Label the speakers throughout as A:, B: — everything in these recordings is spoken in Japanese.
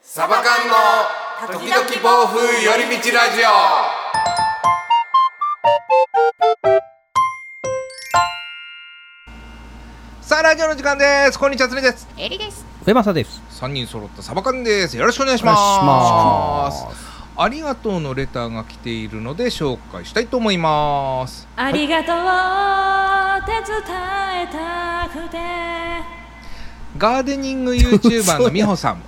A: サバ缶の時々暴風寄り道ラジオさあラジオの時間ですこんにちはつねです
B: エリです。
C: 上政です。
A: 三人揃ったサバ缶ですよろしくお願いします
C: お願いします
A: ありがとうのレターが来ているので紹介したいと思います
B: ありがとうって伝えたくて。
A: ガーデニング YouTuber のみほさん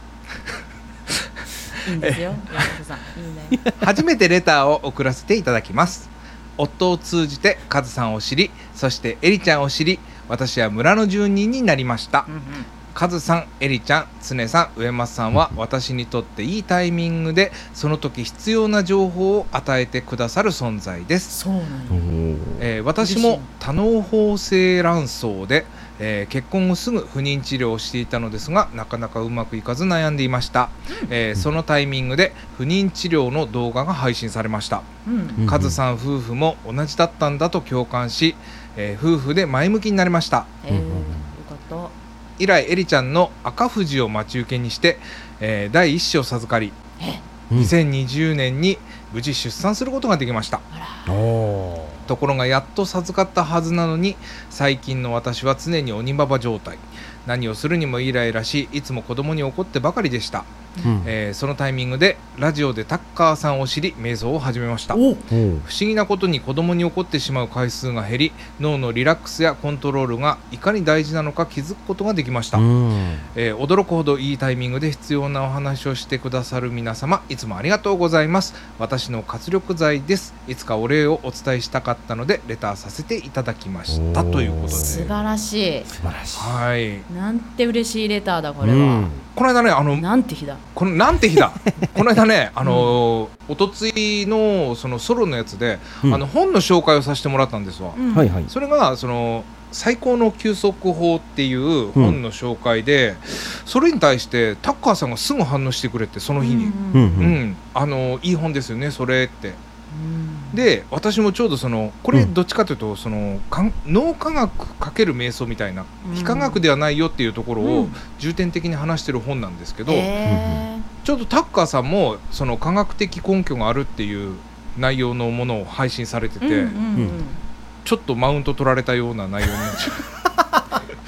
B: いいんですよ、山本さん。いいんだよ。
A: 初めてレターを送らせていただきます夫を通じてカズさんを知りそしてエリちゃんを知り私は村の住人になりましたカズさんエリちゃん常さん植松さんは私にとっていいタイミングでその時必要な情報を与えてくださる存在です
B: そうなの。
A: えー私も多能法性卵巣で、えー結婚後すぐ不妊治療をしていたのですがなかなかうまくいかず悩んでいました、えーそのタイミングで不妊治療の動画が配信されました
B: うん。
C: うん
A: カズさん夫婦も同じだったんだと共感し、えー夫婦で前向きになれました
B: えー、よかっ
A: 以来エリちゃんの赤富士を待ち受けにして、えー第一子を授かり
C: うん
A: 2020年に無事出産することができました
C: お
A: ところがやっと授かったはずなのに最近の私は常に鬼ババ状態何をするにもイライラしいつも子供に怒ってばかりでした、
C: ー。
A: えーそのタイミングでラジオでタッカーさんを知り瞑想を始めました
B: お。
C: う
A: 不
C: ん。
A: 思議なことに子供に怒ってしまう回数が減り脳のリラックスやコントロールがいかに大事なのか気づくことができました、
C: うん。
A: えー驚くほどいいタイミングで必要なお話をしてくださる皆様いつもありがとうございます私の活力剤ですいつかお礼をお伝えしたかったのでレターさせていただきました
C: おー
A: ということ
B: 素晴
A: とで
B: らし
C: 素晴らしい。
A: はい
B: い。なんて嬉しいレターだ、こ
C: う
B: れ
C: ん
B: は。。
A: この間ねあの
B: なんて日だ。
A: このなんて日だこの間ねあのー、おとついのそのソロのやつで、
C: うん
A: あの本の紹介をさせてもらったんですわ、
B: うん
C: はいはい。
A: それがその最高の休息法っていう本の紹介で、それに対してタッカーさんがすぐ反応してくれてその日に、
C: う
B: うんん
A: うん
C: うん。
A: あのいい本ですよねそれって
B: うん。
A: で私もちょうどそのこれ
C: うん
A: どっちかというとそのかん脳科学かける瞑想みたいな
B: うん
A: 非科学ではないよっていうところ
B: う
A: を
B: ん
A: 重点的に話してる本なんですけど、
B: えー
A: ちょうどタッカーさんもその科学的根拠があるっていう内容のものを配信されて
B: うん
A: て、
B: うんう。
C: うん
A: ちょっとマウント取られたような内容になっちゃ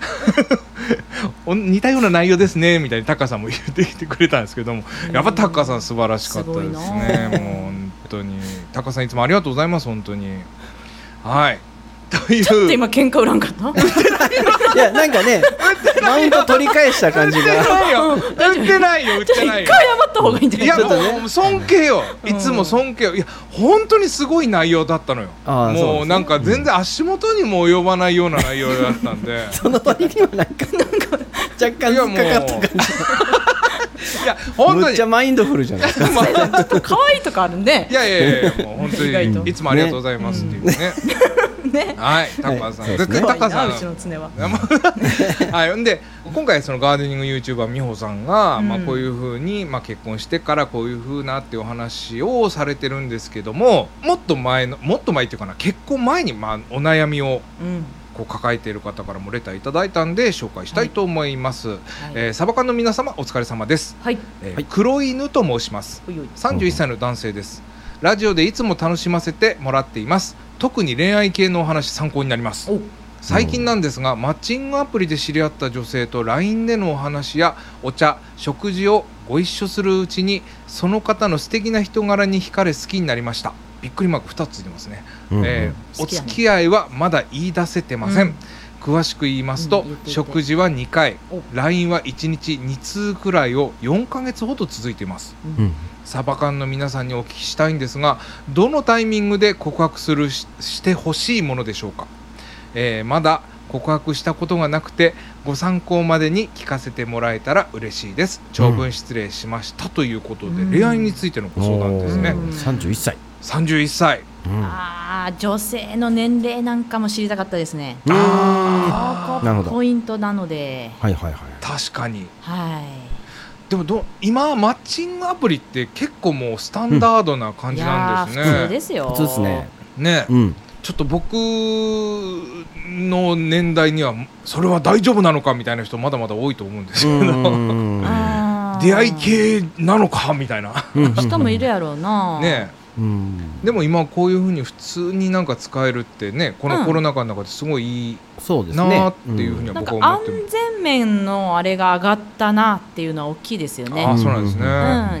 A: う お似たような内容ですねみたいにタッカーさんも言ってきてくれたんですけどもやっぱタッカーさん素晴らしかったですね。
B: す
A: も
B: ごいな
A: う本当にタッカーさんいつもありがとうございます本当に。 はい。という。ちょ
B: で今喧嘩売らんかった。
C: いや、なんかね、マウント取り返した感じが。
A: ないよ。売ってないよ。売ってないよ。
B: 一回謝った方がいいんじゃないい。
A: や
C: ちょっとね
A: もう尊敬よ。
B: うん
A: いつも尊敬よ。いや本当にすごい内容だったのよ。
C: あーそうです
A: もう
C: ね
A: なんか全然足元にも及ばないような内容だったんで。
C: その割にはなんか、なんか、若干
A: いや
C: 引
A: も
C: っ
A: う。
C: かかった感
A: いや本当
C: じ。むっ
A: に
C: ちゃ。マインドフルじゃないですか。
A: まあ
B: ちょっと可愛いとかあるん で
A: い。やいやいやもう本
B: 意外
A: 当
B: と
A: にいつもありがとうございますっていうね。
B: ね。
A: はいタッカーさん。
C: はい
A: 絶対タッカーさん
B: うち。の常は。
A: はい、んで今回そのガーデニング YouTuber 美穂さんが、
B: うん
A: まあ、こういうふうに、まあ、結婚してからこういうふうなっていうお話をされてるんですけどももっと前のもっと前っていうかな結婚前に、まあ、お悩みを
B: うん。
A: こう抱えている方からもレターいただいたんで紹介したいと思います、
B: はい。
A: えーサバ缶の皆様お疲れ様です、
B: はい。
A: えー
C: はい
A: 黒犬と申します
B: おいおい
A: 31歳の男性ですラジオでいつも楽しませてもらっています特に恋愛系のお話参考になります
B: お。
A: 最近なんですが、マッチングアプリで知り合った女性と LINE でのお話やお茶食事をご一緒するうちにその方の素敵な人柄に惹かれ好きになりましたびっくりマーク2つついてますね、
C: うん
A: えー
B: 好
A: お
B: きやね
A: 付き合いはまだ言い出せてません、
B: うん
A: 詳しく言いますと、
B: うん言ってて
A: 食事は2回
B: お
A: LINE は1日2通くらいを4ヶ月ほど続いています
C: うん。
A: サバ缶の皆さんにお聞きしたいんですがどのタイミングで告白するししてほしいものでしょうか、えーまだ告白したことがなくてご参考までに聞かせてもらえたら嬉しいです長文失礼しました、ということで
B: うん
A: 恋愛についてのご相談ですね
B: おー
C: 31歳。
A: 31歳
C: うん
B: ああ女性の年齢なんかも知りたかったですね。
C: うん
B: こ
C: なるほど
B: こポイントなので、
C: はいはいはい。
A: 確かに
B: はい。
A: でもど今マッチングアプリって結構もうスタンダードな感じなんです
B: いやー普通
A: ね、
B: ですよ。
C: 普通ですね。
A: ね
C: うん。
A: ちょっと僕の年代にはそれは大丈夫なのかみたいな人まだまだ多いと思うんですけど、
C: うんうんうんうん
B: あー。
A: 出会い系なのかみたいな
B: 人もいるやろうな
A: ね
C: うん
A: えでも今こういうふうに普通になんか使えるってねこ
B: うん
A: のコロナ禍の中ですごいいい
C: そうですね
A: なあっていうふうには
C: ん
B: なん
A: 僕
B: か
A: は思っ
B: 安
A: てる、
B: 全面のあれが上がったなっていうのは大きいですよね
A: ああそうなんですね、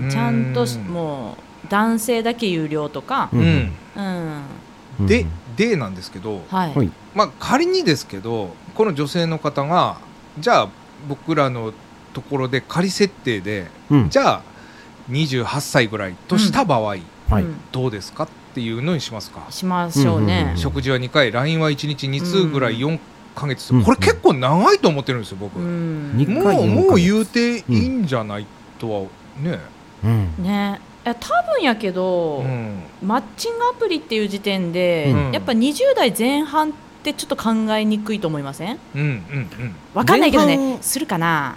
B: うんちゃんとし
A: う
B: もう男性だけ有料とか
A: う
C: うんん、
B: うん
C: うん
A: ででなんですけど、
B: はい
C: はい
A: まあ、仮にですけどこの女性の方がじゃあ僕らのところで仮設定で
C: うん
A: じゃあ28歳ぐらいとした場合、
C: はい
B: うん
A: どうですかっていうのにしますか、
B: しましょう
C: うんうんう
B: ね
C: ん
A: 食事は2回 LINE は1日2通ぐらい4ヶ月と、
C: うん
A: これ結構長いと思ってるんですよ僕、
B: うん
C: に
A: も
C: 一回
A: う
C: 四
A: も
C: ヶ
A: う
C: 月
A: 言うていいんじゃないとはね、
C: うん
B: ねえ多分やけど
A: うん
B: マッチングアプリっていう時点で
A: うん
B: やっぱ20代前半ってちょっと考えにくいと思いません
A: うんうんうん
B: わかんないけど
C: 前
B: ね
C: 半
B: するかな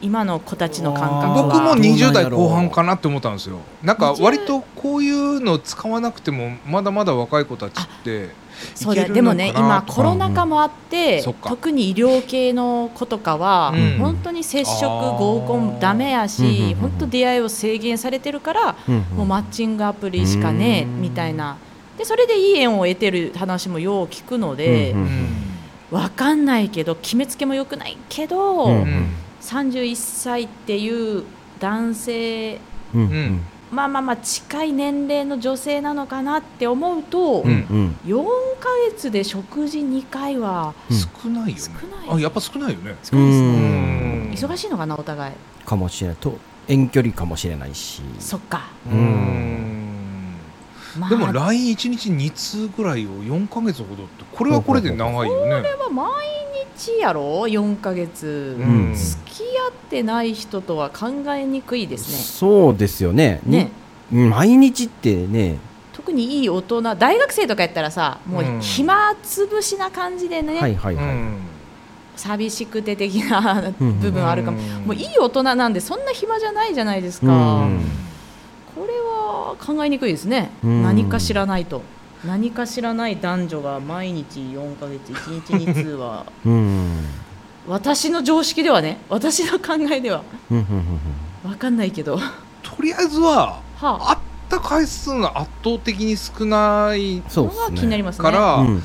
B: 今の子たちの感覚
C: あー
A: 僕も
B: は
C: に
A: 20代後半かなって思ったんですよなんか
B: 20
A: 割とこういうの使わなくてもまだまだ若い子たちって
B: そう
A: いけ
B: だ
A: るのかな
B: でもね今コロナ禍もあって、
A: うんそっか
B: 特に医療系の子とかは、
A: うん
B: 本当に接触
A: あー
B: 合コンダメや
C: うんうんうんう
B: し
C: ん
B: 本当出会いを制限されてるから、
C: うん
B: もうマッチングアプリしかねえ
C: うん
B: みたいなでそれでいい縁を得てる話もよう聞くので、
C: うんうん
B: わかんないけど決めつけもよくないけど、
C: うん
B: 31歳っていう男性
C: うん
A: うん
B: まあまあまあ近い年齢の女性なのかなって思うと、
A: う
C: うんんうん
B: 4ヶ月で食事2回は
C: うん
A: 少ないよね
B: 少ない
A: あやっぱ少ないよね
B: 少ないです
C: う
B: ね
C: ん
B: 忙しいのかなお互い
C: かもしれないと遠距離かもしれないし
B: そっか、
A: う
C: うん
A: ん
B: まあ、
A: でも
B: こ
A: LINE1 日2通ぐらいを4か月ほどってこれはこれで長いよね
B: れは毎日やろ4ヶ月、
A: う
C: れは
A: ん
B: 付き合ってない人とは考えにくいです
C: そうですよね
B: ねね
C: に毎日ってね
B: 特にいい大人大学生とかやったらさも
A: うん
B: う暇つぶしな感じでね、
C: はいはいうはい
A: ん
B: 寂しくて的な
C: うん
B: 部分あるかも、
A: うん
B: もういい大人なんでそんな暇じゃないじゃないですか、
C: うん
B: これは考えにくいですね、
C: うん
B: 何か知らないと何か知らない男女が毎日4ヶ月1日2通は
C: うん
B: 私の常識ではね私の考えでは
C: うんうんうんうん
B: 分かんないけどは
A: とりあえずは
B: あ
A: 会った回数が圧倒的に少ない
C: そう
B: のが
C: で
B: 気
C: す
B: になり
C: ね
B: ますね
A: から、
C: うん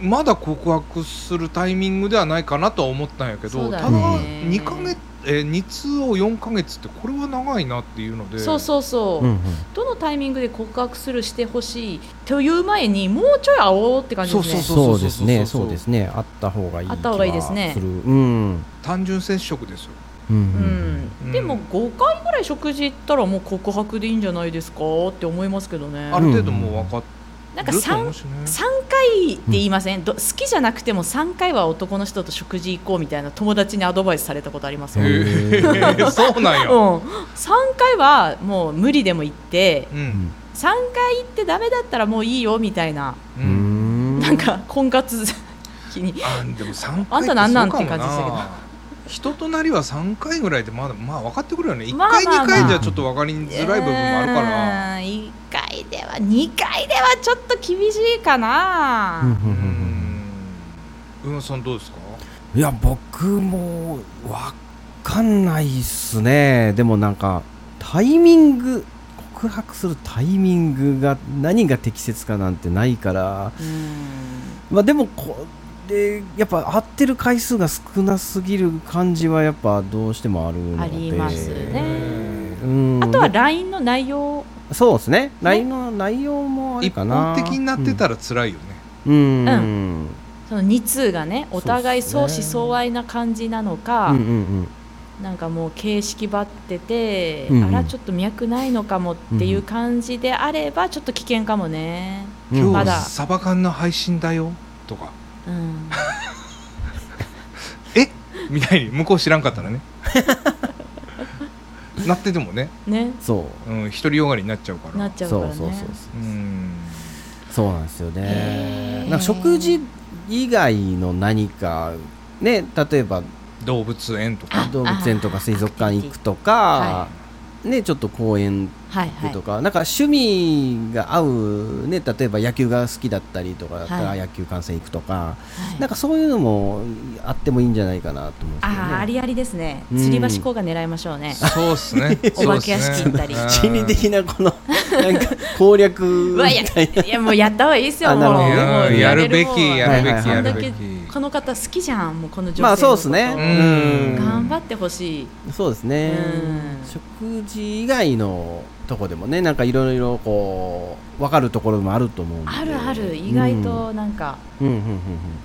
A: まだ告白するタイミングではないかなとは思ったんやけ
B: そ
A: ど
B: うだ
A: ただ
C: ね
A: 2か月、えー、2通を4か月ってこれは長いなっていうので
B: そうそうそう、
C: うん
B: どのタイミングで告白するしてほしいという前にもうちょい会おうって感じですね
A: そうそ
C: ん
A: う
C: そうですね
A: そうそうそう
C: そうですねあった方がいい
B: あった方がいいですね
C: 気はするうん
A: 単純接触ですよ
C: う
B: うん
C: ん
B: でも5回ぐらい食事行ったらもう告白でいいんじゃないですかって思いますけどね
A: ある程度もう分かっ
B: なんか
A: てると思
B: 3
A: うしね
B: 三回って言いません、ど好きじゃなくても3回は男の人と食事行こうみたいな友達にアドバイスされたことあります
C: 三
B: よ、うん、
C: へ
A: へえそうなんや、
B: 3回はもう無理でも行って
A: うん
B: 3回行ってダメだったらもういいよみたいな、
A: う
C: うんん
B: なんか婚活気に
A: あでも3回
B: あんたなんなんって感じで
A: で
B: し
A: したた
B: け
A: け
B: ど
A: ど人となりは3回ぐらいでまだまあ分かってくるよね1
B: まあまあ
A: 回、
B: ま
A: 2
B: あ
A: 回じゃちょっと分かりづらい部分もあるから
B: 1回では2回ではちょっと厳しいかな、
C: うんうん
A: う
C: うんうん
A: ん宇野さんどうですか
C: いや僕もわかんないっすねでもなんかタイミング告白するタイミングが何が適切かなんてないから
B: うん
C: まあでもこれやっぱ会ってる回数が少なすぎる感じはやっぱどうしてもあるので
B: ありますね
C: うん
B: あとは LINE の内容
C: そうですね LINE の内容もあれ
A: 一
C: かな
A: 方的になってたら辛いよね、
C: うん
B: う
C: うん
B: その2通がねお互い
C: そう
B: 相
C: っす
B: 思
C: ね
B: 相愛な感じなのか、
C: うんうん
B: なんかもう形式ばってて、
C: うんうん
B: あらちょっと脈ないのかもっていう感じであればちょっと危険かもね、
C: うん
A: 今
B: ま
A: 日
B: だ
A: サバ缶の配信だよとか
B: うん、
A: えみたいに向こう知らんかった らねなっててもね、
B: ね
C: そう
A: うん、独りよがりになっちゃうから
B: なっちゃうか
C: そ
B: ら
C: う
B: ね
C: そうそう
A: うん
C: そうなんですよ
B: へ
C: ね
B: ー。
C: なんか食事以外の何か、ね、例えば
A: 動物園とか
C: 動物園とか水族館行くとか、
B: は
C: ねちょっと公園
B: はい
C: で
B: はい
C: とか、なんか趣味が合うね例えば野球が好きだったりとかだったら
B: はい
C: 野球観戦行くとか、
B: はい
C: なんかそういうのもあってもいいんじゃないかなと思うんですけどね
B: ああありありですね
C: うん
B: 吊り橋効果狙いましょうね、
A: そうっすね
B: お化け屋敷行ったり
A: そうっすね
C: 心理的なこのなんか攻略
B: う
C: み
B: わい や
C: たいない
B: やもうやった方がいいですよ
C: あ
B: もう
C: なるほ
A: い
C: ど
A: や
B: もう
A: やる
B: れ
A: べ
B: もん
A: きやるべきや
C: はい
B: こん
A: る
B: だ
A: べき
B: けこの方好きじゃんもうこの女性のこと
C: まあそうですね、
A: うん
B: 頑張ってほしい
C: そうですね、食事以外のとこでもねなんかいろいろこう分かるところもあると思うんで
B: あるある意外となんか、
C: うんうんうん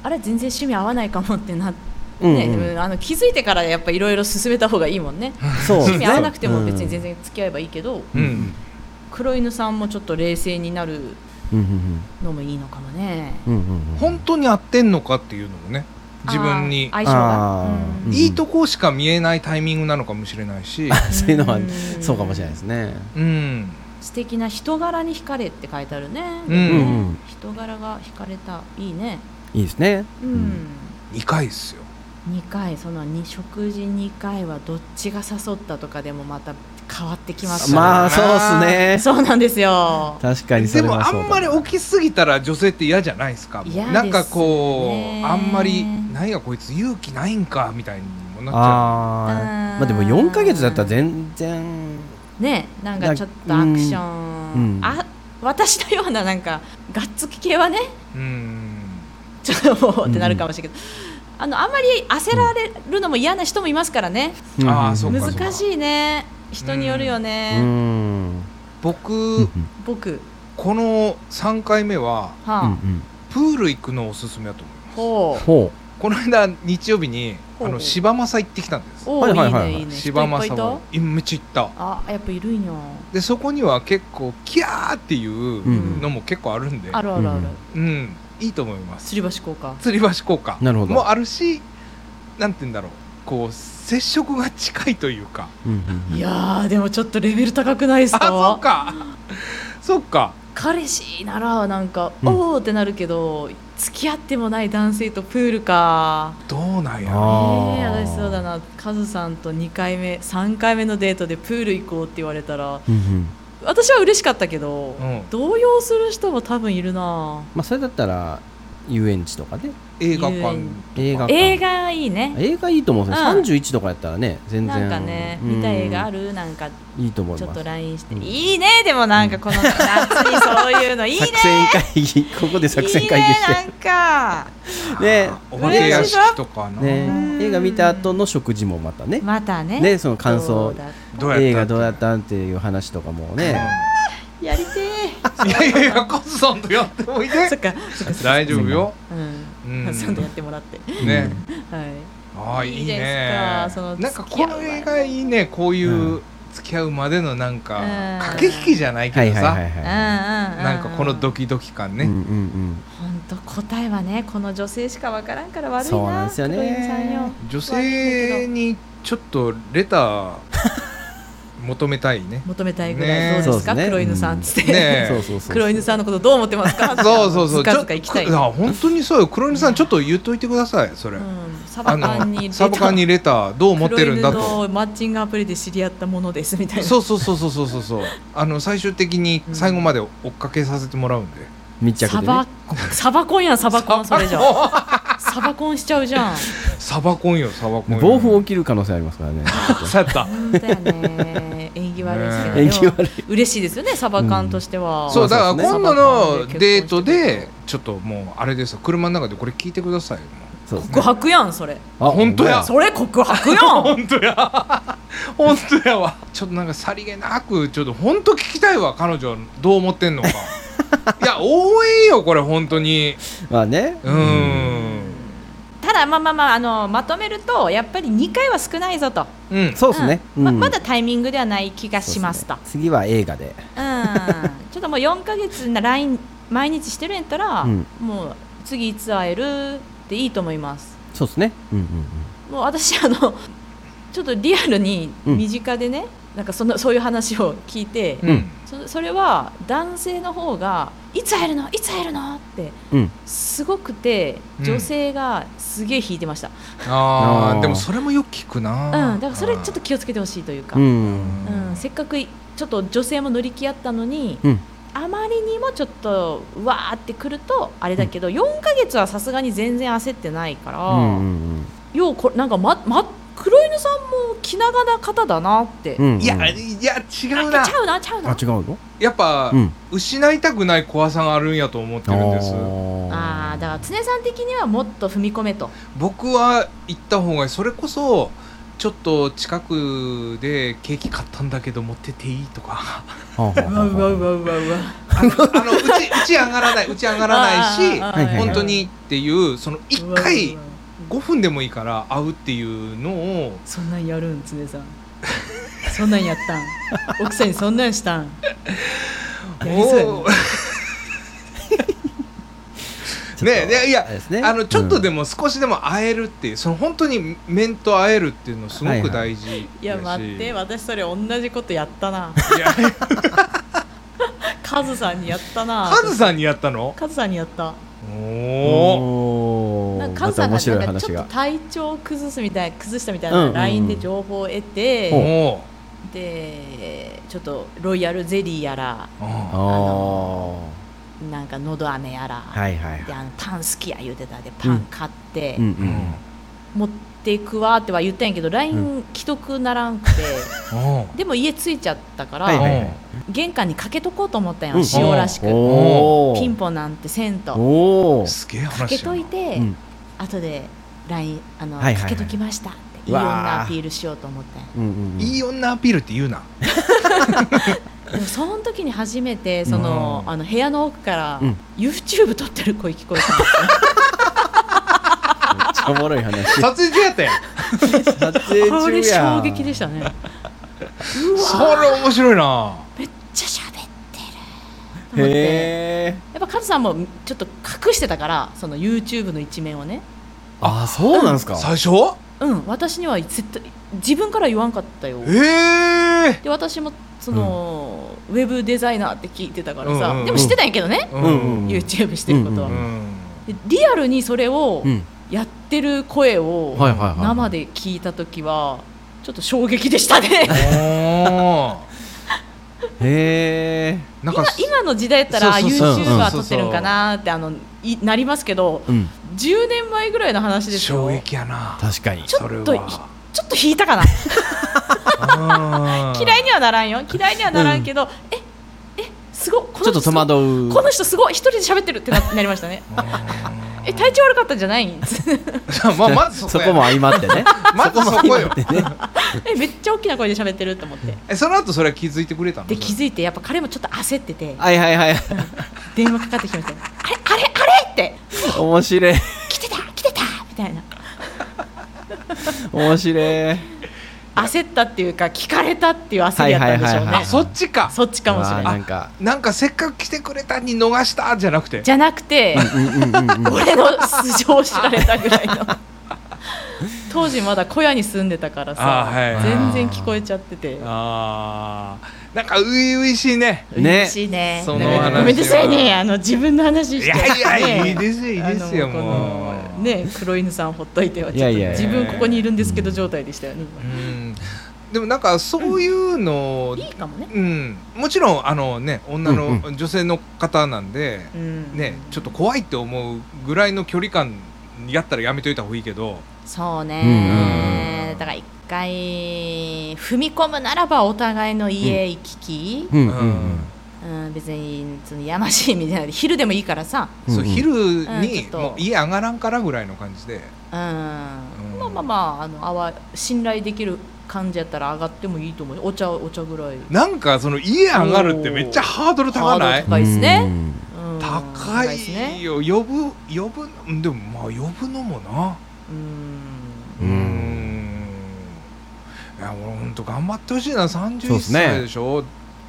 B: あれ全然趣味合わないかもってなって、
C: うんうん
B: ね
C: うん
B: うんあの気づいてからやっぱいろいろ進めた方がいいもんね
C: そうです
B: 趣
C: ね
B: 味合わなくても別に全然付き合えばいいけど、
A: うん
B: 黒犬さんもちょっと冷静になる
C: うんうん
B: のもいいのかもね
C: うんうんうんうん
A: 本当に合ってんのかっていうのもね自分に
B: あー相性が
C: あー
B: うん
A: いいとこしか見えないタイミングなのかもしれない し
C: そういうのは
B: うん
C: そうかもしれないですね
A: うん
B: 素敵な人柄に惹かれって書いてあるね、
A: うん
C: うん
B: 人柄が惹かれたいいね
C: いいですね
B: うん、
C: ん
A: 2回っすよ
B: 2回そのに食事2回はどっちが誘ったとかでもまた変わってきますから
C: まあ
A: そ
C: そうう
A: だ
C: で
A: な
C: すね
B: そうなんですよ
C: 確かにそ
A: で
C: れ
A: も
C: は
A: あ
C: そうか
A: んまり起きすぎたら女性って嫌じゃないですかもう
B: 嫌です
A: なんかこ
B: ね
A: うあんまり何やこいつ勇気ないんかみたいにもなっちゃ
C: あー
B: う
C: ま
B: ん
C: あでも4ヶ月だったら全然
B: ねなんかちょっとアクション、
C: うんうん
B: あ私のようななんかがっつき系はね
A: ううん
B: ちょっともうってなるかもしれないけど、あのあんまり焦られるのも嫌な人もいますからね、
A: あーそうか
B: 難しいね人によるよね、
C: うん
A: 僕
B: 僕
A: この3回目は
B: はあ、
A: プール行くのおすすめだと思います
B: ほう
C: ほ
A: この間日曜日に
B: ほう
A: あの柴又行ってきたんです
B: おお、
C: はいい
B: い
C: はいはいはい
B: ねいいね
A: 柴
B: 人いっ
A: 又
B: ぱいいた
A: はめっちゃ行った
B: あやっぱいるんよ
A: でそこには結構キャーっていうんうのも結構あるんで、
B: あるあるある、
A: う
C: うん
A: ん、いいと思います
B: 吊り橋効果
A: 吊り橋効果
C: なるほど
A: もあるしなんて言うんだろうこう接触が近いというか
C: ううんうん
B: いやーでもちょっとレベル高くないです
A: あ
B: か
A: そっかそっか
B: 彼氏ならなんか、
C: うん
B: おーってなるけど付き合ってもない男性とプールか
A: どうなんや
B: え
A: ろ
C: あー
B: え私そうだなカズさんと2回目3回目のデートでプール行こうって言われたら
C: うんうん
B: 私は嬉しかったけど、
A: ん
B: 動揺する人も多分いるな
C: まあそれだったら遊園地とかね
A: 映画館とか
C: 映画
B: 映画いいね
C: 映画いいと思うんですよ、
B: うん
C: 31とかやったらね全然
B: なんかね見たい映画あるなんか
C: いいと思い
B: ちょっ
C: ます
B: と LINE して、
C: うん
B: いいねでもなんかこの夏にそういうのいいね
C: 作戦会議ここで作戦会議し
B: いいねなんか
C: て
A: お化け屋敷とかな、
C: ね
B: うん
C: ね映画見た後の食事もまたね
B: またね
C: ねその感想
B: ど
A: どう
B: うだ
A: やった
C: 映画どうやったんっていう話とかもね
B: やりて
A: うんいやいやいやカズさんとやっておい
B: え
A: で
B: そっかそっかそっか
A: 大丈夫よ、
B: う、
A: うんん、
B: ちゃんとやってもらって
A: ね
B: はい
A: ああいい
B: いいじゃない
A: ね
B: ですかその
A: なんかこの映画いいねこういうう付き合うまでのなんか
B: うん
A: 駆け引きじゃない
C: は
A: け
C: い
A: ど
C: はい
A: さ
C: はいはい
A: な
B: なん
A: かこのドキドキ感ね、
C: うんうん
B: 本当答えはねこの女性しかわからんから悪いな
C: そうなんですよね
B: 黒犬さんよ
A: 女性にちょっとレター求めたいね
B: 求めたいぐらい
A: ね
B: どうですか、
C: そうですね
B: 黒犬さんっつって、
C: う
A: ね
C: ん、そうそうそう
B: 黒犬さんのことどう思ってますか
A: そうそうそう
B: ずかずか行きたい、
A: ちょ
B: うん、
A: あ本当にそうよ黒犬さんちょっと言っといてくださいそれ、
B: サ
A: あ
B: バ缶に
A: のサバ缶にレターどう思ってるんだ
B: 黒犬
A: と
B: のマッチングアプリで知り合ったものですみたいな
A: そうそうそうそうそうそうそうあの最終的に最後まで追っかけさせてもらうんで、
C: 密着
B: サ
C: でね
B: バサバコンやんサバコンそ れじゃんサバコンしちゃうじゃん
A: サバコンよサバコンよ
C: 暴風起きる可能性ありますからね
A: そうやった
B: 本当やね縁起悪いですけど、
A: ね
C: 縁起悪い
B: 嬉しいですよねサバ缶としては、
A: そうだから
C: そうですね
A: 今度のデートでちょっともうあれですよ車の中でこれ聞いてくださいよ
C: そうですね
B: 告白やんそれ
C: あ
A: 本当や
B: それ告白やん
A: 本当や本当やわちょっとなんかさりげなくちょっと本当聞きたいわ彼女どう思ってん のかいや応援よこれ本当に
C: まあね
A: うーん
B: ただまあまあまああのまとめるとやっぱり2回は少ないぞと
A: うん
C: そうですね、
B: うんま
C: うん
B: まだタイミングではない気がしますと
C: そうですね次は映画で
B: うんちょっともう4ヶ月な LINE 毎日してるんやったら、
C: うん
B: もう次いつ会えるっていいと思います
C: そうですねうんうんうん
B: もう私あのちょっとリアルに身近でね、なんかそのそういう話を聞いて、
A: うんうん
B: そそれは男性の方がいつ会えるのいつ会えるのって
C: うん
B: すごくて
A: うん
B: 女性がすげえ引いてました、
A: あ
C: あ
A: あ
C: ー
A: でもそれもよく聞くな
B: うん、だからそれちょっと気をつけてほしいというか、
C: う
B: うん
C: ん
B: せっかくいちょっと女性も乗り気やったのに、
C: うん
B: あまりにもちょっとうわーってくるとあれだけど、4ヶ月はさすがに全然焦ってないから、
C: うんうん
B: ようこなんか、まま、黒犬さんも気長な方だなって、
C: うんうん
A: いやいや違う
B: あ
A: な
B: ちゃうなちゃう
C: あ
B: な
C: 違うの
A: やっぱ、
C: うん
A: 失いたくない怖さがあるんやと思ってるんです
B: あ
C: あ
B: ーだから常さん的にはもっと踏み込めと
A: 僕は行った方がいいそれこそちょっと近くでケーキ買ったんだけど持ってっていいとか
C: ら
B: うわうわうわうわうわ
A: あのあのうちうち上がらないうち上がらないし
B: あーあーあ
C: はいは
B: ー
C: いはい
A: 本当にっていうその1
B: う
A: 回
B: わうわ
A: 5分でもいいから会うっていうのを
B: そんなんやるん常さんそんなんやったん奥さんにそんなんしたんやりそうやな
A: おー ねえいや
C: ですね
A: あのちょっとで
C: も
A: も少しでも会えるっていうその本当に面と会えるっていうのすごく大事だし、
B: いや待って私それ同じことやっ たない
A: や
B: カズさんにやったな
A: カズさんにやったの
B: カズさんにやった
A: おお
C: お
B: なん
C: ー
B: か
C: ま
B: カズさ
C: た
B: んが
C: 面白い
B: なんかち
C: 話
B: ょっ
C: が
B: と体調を崩すみたいな崩したみたい
C: うんうんう
B: な
C: ん
B: LINE で情報を得て、
A: お
C: ほ
A: お
B: でちょっとロイヤルゼリーやら
C: あ
A: あ
C: あ
B: なんかのど飴やら、
C: はいはい
B: で
C: はい
B: あのパン好きや言うてたんでパン買って、
C: うん
A: うん
B: 持っていくわっては言ったんやけど LINE 既読ならん くて、
A: お
B: でも家着いちゃったから、
C: はいはいはい
B: 玄関にかけとこうと思ったんや、
C: うん
B: 塩らし
C: う
B: く
C: んおー
B: ピンポンなんてせんと
C: お
A: お
C: ー
A: すげえ話
B: かけとい
A: て
B: て、
C: うん
B: 後で LINE あの、
C: はいはいはい
B: かけときましたっていい
C: わー
B: 女アピールしようと思ったんや
C: うんうんうん
A: いい女アピールって言うな
B: でもその時に初めてその、
A: うん
B: あの部屋の奥から、
C: うん
B: YouTube 撮ってる声聞こえたんですよ
C: めっちゃおもろい話
A: 撮 影中やったやん
C: 撮影
B: あれ
C: 中や
B: 衝撃でしたねうわ
A: そ
B: ー
A: れ面白いな
B: めっちゃ喋ってると思っ
C: へ
B: て
C: え
B: やっぱカズさんもちょっと隠してたからその YouTube の一面をね
C: あそうなんすか
A: 最初
B: うん私には絶対自分から言わんかったよ
A: ええ
B: で私もその、ウェブデザイナーって聞いてたからさ、
A: うんうんうん
B: でも知ってたんやけどね、
A: うん
C: うん
B: YouTube してることは、
C: う
A: うん
B: でリアルにそれを
C: うん
B: やってる声を
C: はいはいはい
B: 生で聞いた時はちょっと衝撃 でしたね
A: おー
C: へえ
A: なん
B: 今
A: か
B: 今の時代やったら
A: そうそう
C: そう
B: YouTuber 撮ってるんかなってあのいなりますけど
C: うん
B: 10年前ぐらいの話です
A: 衝
B: よ
A: 撃やな
C: 確かに
B: ちょ
A: それ
B: っと
A: は
B: ちょっと引いた かな 嫌いにはならんよ嫌いにはならんけど、ええすごいこの
C: ちょっと
B: 人す
C: 戸
B: ごい
C: 惑う
B: この人すごい一人で喋ってるってななりました ねえ体調悪かったんじゃない
A: 調まあまず そこ
C: そ
A: や
C: こも相まってね
A: まずそこよ
B: えめっちゃ大きな声で喋ってると思って
A: えその後それは気づいてくれたの
B: で気づいてやっぱ彼もちょっと焦ってて
C: はいはいはい
B: 電話かかってきましたよあれあれあれって
C: 面白い
B: 来てた来てたみたいな
C: 面白い
B: 焦ったっていうか聞かれたっていう焦りやったんでしょう
C: はいはいは
B: ね、
C: いはい
A: あそっちか
B: そっちかもしれ
C: うわー
B: ない
C: んか
A: なんかせっかく来てくれたに逃したじゃなくて
B: じゃなくて
C: うんうんうんうん
B: 俺の素性を知られたぐらいの当時まだ小屋に住んでたからさ、
A: あーはい
B: 全然聞こえちゃってて
A: あーなんか初々しいね
C: ね
B: 嬉しいね
A: そ
C: の話は
B: ごめんなさいねあの自分の話
A: い
B: して
A: やいや
B: ね
A: いいですよいいですよ
B: あのこ
A: も
B: の
A: う
B: ね黒犬さんほっといてはちょっと
C: いやいやいや
B: 自分ここにいるんですけど状態でしたよね
A: うんでもなんかそういうの
B: 今いいかもね
A: うんもちろんあのね女
C: うん
A: の女性の方なんで
B: うん
A: ねちょっと怖いって思うぐらいの距離感やったらやめといた方がいいけど
B: そう
A: うんう
B: ね
A: ん
B: だから一回踏み込むならばお互いの家行き来
C: うんうん
B: うん別にそのやましいみたいな昼でもいいからさ
C: うん
A: そう昼
B: うんちょ
A: に
B: っと
A: もう家上がらんからぐらいの感じで
B: うんまあまあまああのあわ信頼できる感じやったら上がってもいいと思うお茶お茶ぐらい
A: なんかその家上がるってめっちゃハードル高な
B: ハー
A: い
B: ドル高いですね
C: うん
B: うん
A: 高いよ呼ぶ呼ぶうんでもまあ呼ぶのもな
B: うん
C: う
A: うんんいや俺ほんと頑張ってほしいな
C: そうっ
A: 31
C: すね
A: 歳でしょ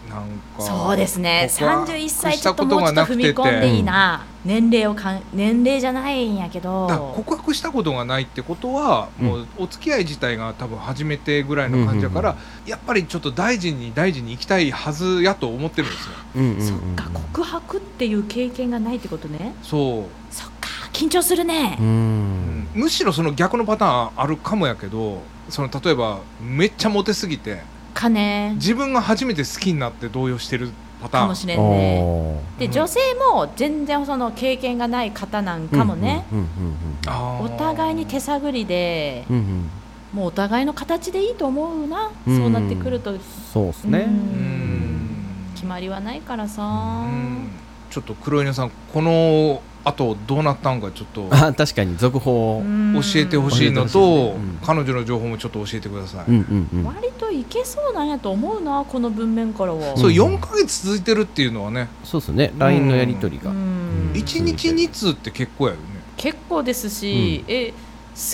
A: なんか
B: そうですね
A: 僕は
B: 31歳ちょっともうちょっと踏み込んでいいな、年齢をかん年齢じゃないんやけど
A: だから告白したことがないってことは、
C: うん
A: もうお付き合い自体が多分初めてぐらいの感じだから、
C: うん
A: やっぱりちょっと大事に大事に行きたいはずやと思ってるんですよ
C: うんうんうん
B: そっか告白っていう経験がないってことね
A: そ
B: そっか緊張するね
C: う、
A: う、
C: ん
A: むしろその逆のパターンあるかもやけどその例えばめっちゃモテすぎて
B: かね
A: 自分が初めて好きになって動揺してるパタ
B: か
A: ー
B: も
A: ン
B: しれんね
C: あ
B: で
A: うん
B: 女性も全然その経験がない方なん
C: ー
B: かもね、
C: うんうんうんうん
A: あー
B: お互いに手探りで
C: うんうん
B: もうお互いの形でいいと思うな、
C: うん
B: そうなってくると
C: そうですね、
B: うん
A: うん
B: 決まりはないからさ、
A: うんちょっと黒犬さんこの後どうなったんかちょっと
C: あ確かに続報をうん
A: 教えてほしいのと、
C: 教えてほしいですねうん
A: 彼女の情報もちょっと教えてください、
C: うんうん
B: 割といけそうなんやと思うなこの文面からは
A: そう
C: うん
A: 4ヶ月続いてるっていうのはね
C: そうですね LINE のやり取り
B: う
C: が、
B: ん
C: うん
A: 1日2通って結構やよね
B: 結構ですし、え好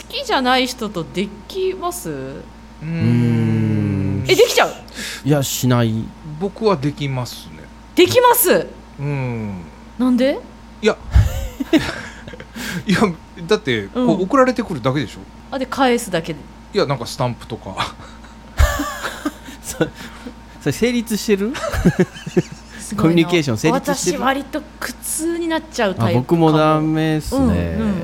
B: きじゃない人とできます
A: うー
C: ん
B: えできちゃう
C: いやしない
A: 僕はできますね
B: できます
A: うん
B: なんで
A: い やいやだってこ
B: うん
A: う送られてくるだけでしょ、
B: あで返すだけで
A: いやなんかスタンプとか
C: そそれ成立してる
B: すごいな
C: コミュニケーション成立してる
B: 私割と苦痛になっちゃうタ
C: あ
B: イプ
C: 僕もダ
B: だめ
C: メっすね、
B: うんうんうん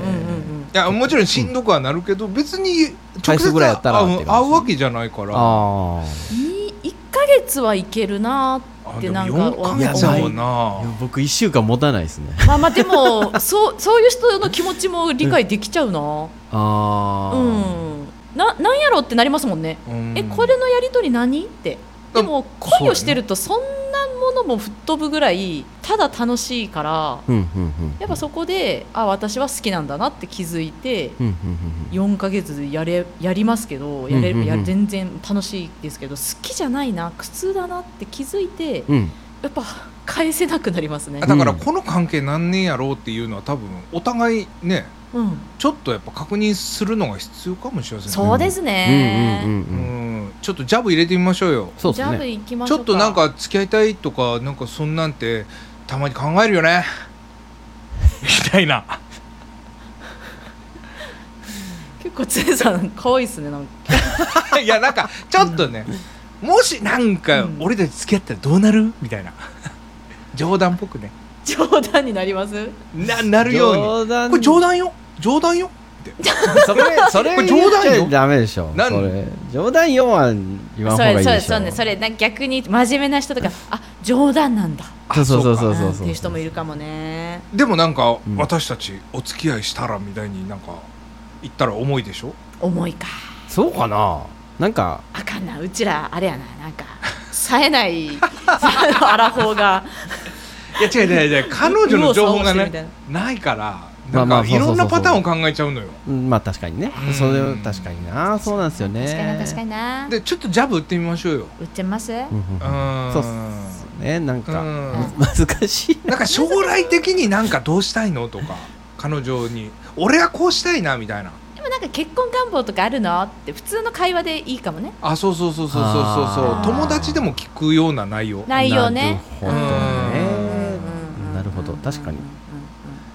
A: いやもちろんしんどくはなるけど、別に直
C: 返す
A: 接
C: ぐらいやったら
A: 会
C: って
A: う
C: 感
A: 会
C: じ
A: うわけじゃないから
C: ああ
B: 1か月はいけるな
A: あ
B: って
A: でも
B: なんか
A: 4ヶ月も
C: いや
A: な
C: 僕1週間持たないですね
B: まあまあでもそうそういう人の気持ちも理解できちゃうな
C: ああ、
B: うんななんやろってなりますもんね
A: うん
B: えこれのやり取り何ってでも恋をしてるとそんなものも吹っ飛ぶぐらいただ楽しいから
C: うんうんうん
B: やっぱそこであ私は好きなんだなって気づいて
C: うんうんうん
B: 4ヶ月やれやりますけどやれるやる全然楽しいですけど好きじゃないな苦痛だなって気づいて
C: うんうん
B: やっぱ返せなくなりますね
A: あ。だからこの関係何年やろうっていうのは多分お互いね
B: うん、
A: ちょっとやっぱ確認するのが必要かもしれませんね
B: そうですね、
C: うんうん
A: う
C: うんうん
A: んちょっとジャブ入れてみましょうよ
C: そう
B: ジ
C: で
B: ャ
C: す
B: ブ
C: ね
B: 行きまし
A: ち
B: ょ
A: ょ
B: う
A: っとなんか付き合いたいとかなんかそんなんてたまに考えるよね みたいな
B: 結構つえさん可愛いですねなん か
A: いやなんかちょっとねもしなんか俺たち付き合ったらどうなるみたいな冗談っぽくね
B: 冗談になります
A: ななるように
C: 冗談
A: これ冗談よ冗談よ
C: それそれ
A: これ冗談よ
C: 言っちゃダメでしょ
A: なん
C: それ冗談よは言わん
B: そ
C: 方がいいで
B: れ
C: し
B: そ
C: ょ
B: れそうねそれな逆に真面目な人とかあ冗談なんだ
C: そうそうそう
B: う
C: そ
B: ん
C: う
B: っ
C: そう
B: ていう人もいるかもね
A: でもなんか
C: うん
A: 私たちお付き合いしたらみたいになんか言ったら重いでしょ
B: 重いか
C: そうかななんか
B: あかんなうちらあれやななんか冴えない アラフォーが
A: いや違う違う違う彼女の情報が
B: 右往左往してるみたい
A: ねないから
C: ま
A: な
C: あ
A: ん
C: まあ
A: かいろんなパターンを考えちゃうのよ
C: うんまあ確かにね
A: うん
C: それは確かになそうなんですよ
B: 確かに
C: ね
B: な確かにな
A: でちょっとジャブ打ってみましょうよ
B: 売ってます
C: うんうん
A: う
C: うん
A: ーん
C: そうっすねなん
A: う
C: か
A: ん
C: 難しい
A: なんか将来的になんかどうしたいのとか彼女に俺はこうしたいなみたいな
B: でもなんか結婚願望とかあるのって普通の会話でいいかもね
A: あそうそうそうそうそうそうそ
B: あー
A: う友達でも聞くような内容
B: 内容ね
C: なるほどね
B: うん
C: なるほど確かに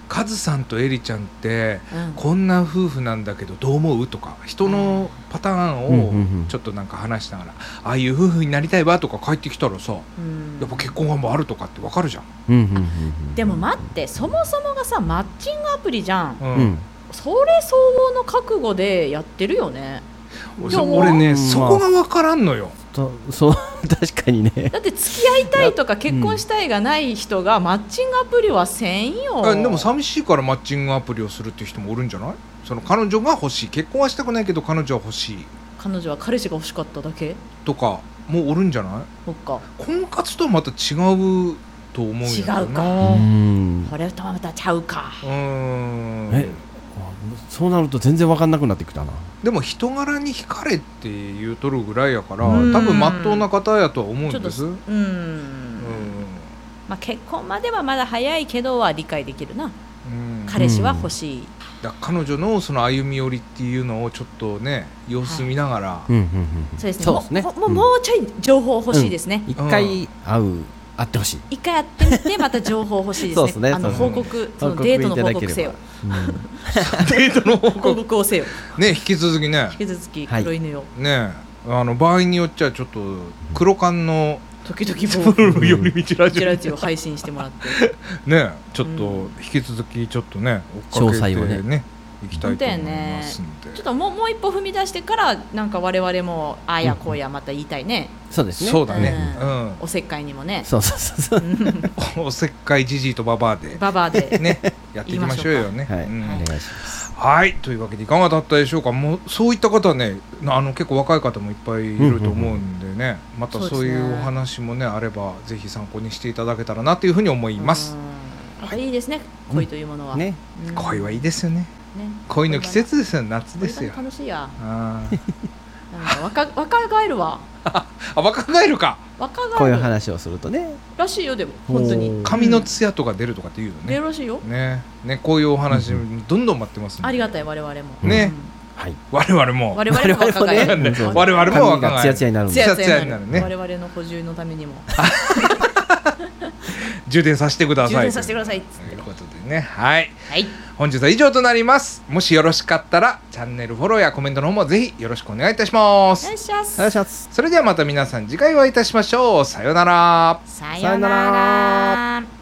A: カズさんとエリちゃんって
B: うんうんうんうん
A: こんな夫婦なんだけどどう思うとか人のパター
C: うんうん
A: ン
C: うん
A: をちょっとなんか話しながら、ああいう夫婦になりたいわとか帰ってきたらさや
B: うん
A: っぱ結婚願望あるとかってわかるじゃん。
C: うんうんうんうん
B: でも待ってそもそもがさマッチングアプリじゃん
A: う
C: うん
A: ん
B: それ相応の覚悟でやってるよね
A: 俺
B: でも
A: 俺ね、
C: うん
A: そこがわからんのよ。
C: とそう確かにね
B: だって付き合いたいとか結婚したいがない人がマッチングアプリはせんよ
A: あでも寂しいからマッチングアプリをするっていう人もおるんじゃないその彼女が欲しい結婚はしたくないけど彼女は欲しい
B: 彼女は彼氏が欲しかっただけ
A: とかもうおるんじゃない
B: そっか
A: 婚活とはまた違うと思うんやけどな
B: 違うか
C: う
A: うん
C: ん
B: これとはまたちゃうか
A: うーん
C: えそうなると全然分かんなくなってきたな
A: でも人柄に惹かれって言うとるぐらいやから
B: うん
A: 多分まっとうな方やとは思う
B: ちょ
A: ん
B: っと
A: です
B: う
A: うん
B: ん、まあ、結婚まではまだ早いけどは理解できるな
A: うん
B: 彼氏は欲しい、
A: だから彼女のその歩み寄りっていうのをちょっとね様子見ながら、
C: うんうん
B: そうですね
C: そうですね
B: もうもう
C: うん
B: もうちょい情報欲しいですね
C: うん、一回会う会ってほしい
B: 一回やってみてまた情報欲しいですね
C: そうですね
B: あの
A: そう
B: 報
A: ですね
B: 告そのデートの報告せよ
A: デートの報
B: 報
A: 告
B: 告をせよ
A: ね引き続きね
B: 引き続き
C: はい
B: 黒犬を、
A: ねあの場合によっちゃちょっと黒缶の
B: 時々 もう
C: ん
A: 寄り道ラ
B: こち
A: ジオ
B: ら
A: ね
B: ジオを配信してもらって
A: ちょっ
B: う
A: と
B: ん
A: 引き続きちょっとね追っかけ
C: 詳細を
A: てね
C: ね
A: いきたいと思いますんで
B: ちょっともうもう一歩踏み出してからなんか我々もああやこうやまた言いたいね、
C: そうですね
A: そうだね
B: うんおせっかいにもね
C: そうそうそうそう
A: うんおせっかいじじいとババアで
B: ババアで、
A: ねやっていきましょうよね
C: はい、
A: うん
C: お願いします
A: はいというわけでいかがだったでしょうかもうそういった方はねあの結構若い方もいっぱいいると思うんでね、またそうい
B: そうです
A: う
B: ね
A: お話もねあればぜひ参考にしていただけたらなというふうに思います
B: うん、やっぱいいですね恋というものは、
C: ね
B: うん
A: 恋はいいですよね
B: ね
A: 恋の季節ですよ夏
B: 恋
A: で
B: は
A: すよ
B: 楽しいや
A: あー
B: なんか若若返るわ
A: あ若返るか
B: 若
C: こういう
B: 返る
C: 話をするとね
B: らしいよでも本当
C: ほ
B: に
C: う
A: 髪のツヤとか出るとかって言うよ
B: 出
A: ね
B: るらしいよ
A: ねねこういうお話どんどん待ってますんで
B: ありがたい我々も
A: ね
C: はい
A: 我々も
B: うん我々も若返
A: 々もね
B: る
A: そう
B: 我
A: 我々も若返る
C: 髪がツヤツヤになるん
B: ツ
C: で
B: ヤツヤにな
A: ツヤツヤになるね
B: る我々の補充のためにも
A: 充電させてくだ
B: 充
A: さい
B: 電させてくださいっつっ
A: と
B: て
A: いうことでねはい
B: はい
A: 本日は以上となりますもしよろしかったらチャンネルフォローやコメントの方もぜひよろしくお願いいたしま
B: お願
A: す
B: いしま
C: お願い
B: す
C: します
A: それではまた皆さん次回お会いいたしましょうさようなら
B: さ
C: よ
B: よ
C: う
B: う
C: なら
B: なら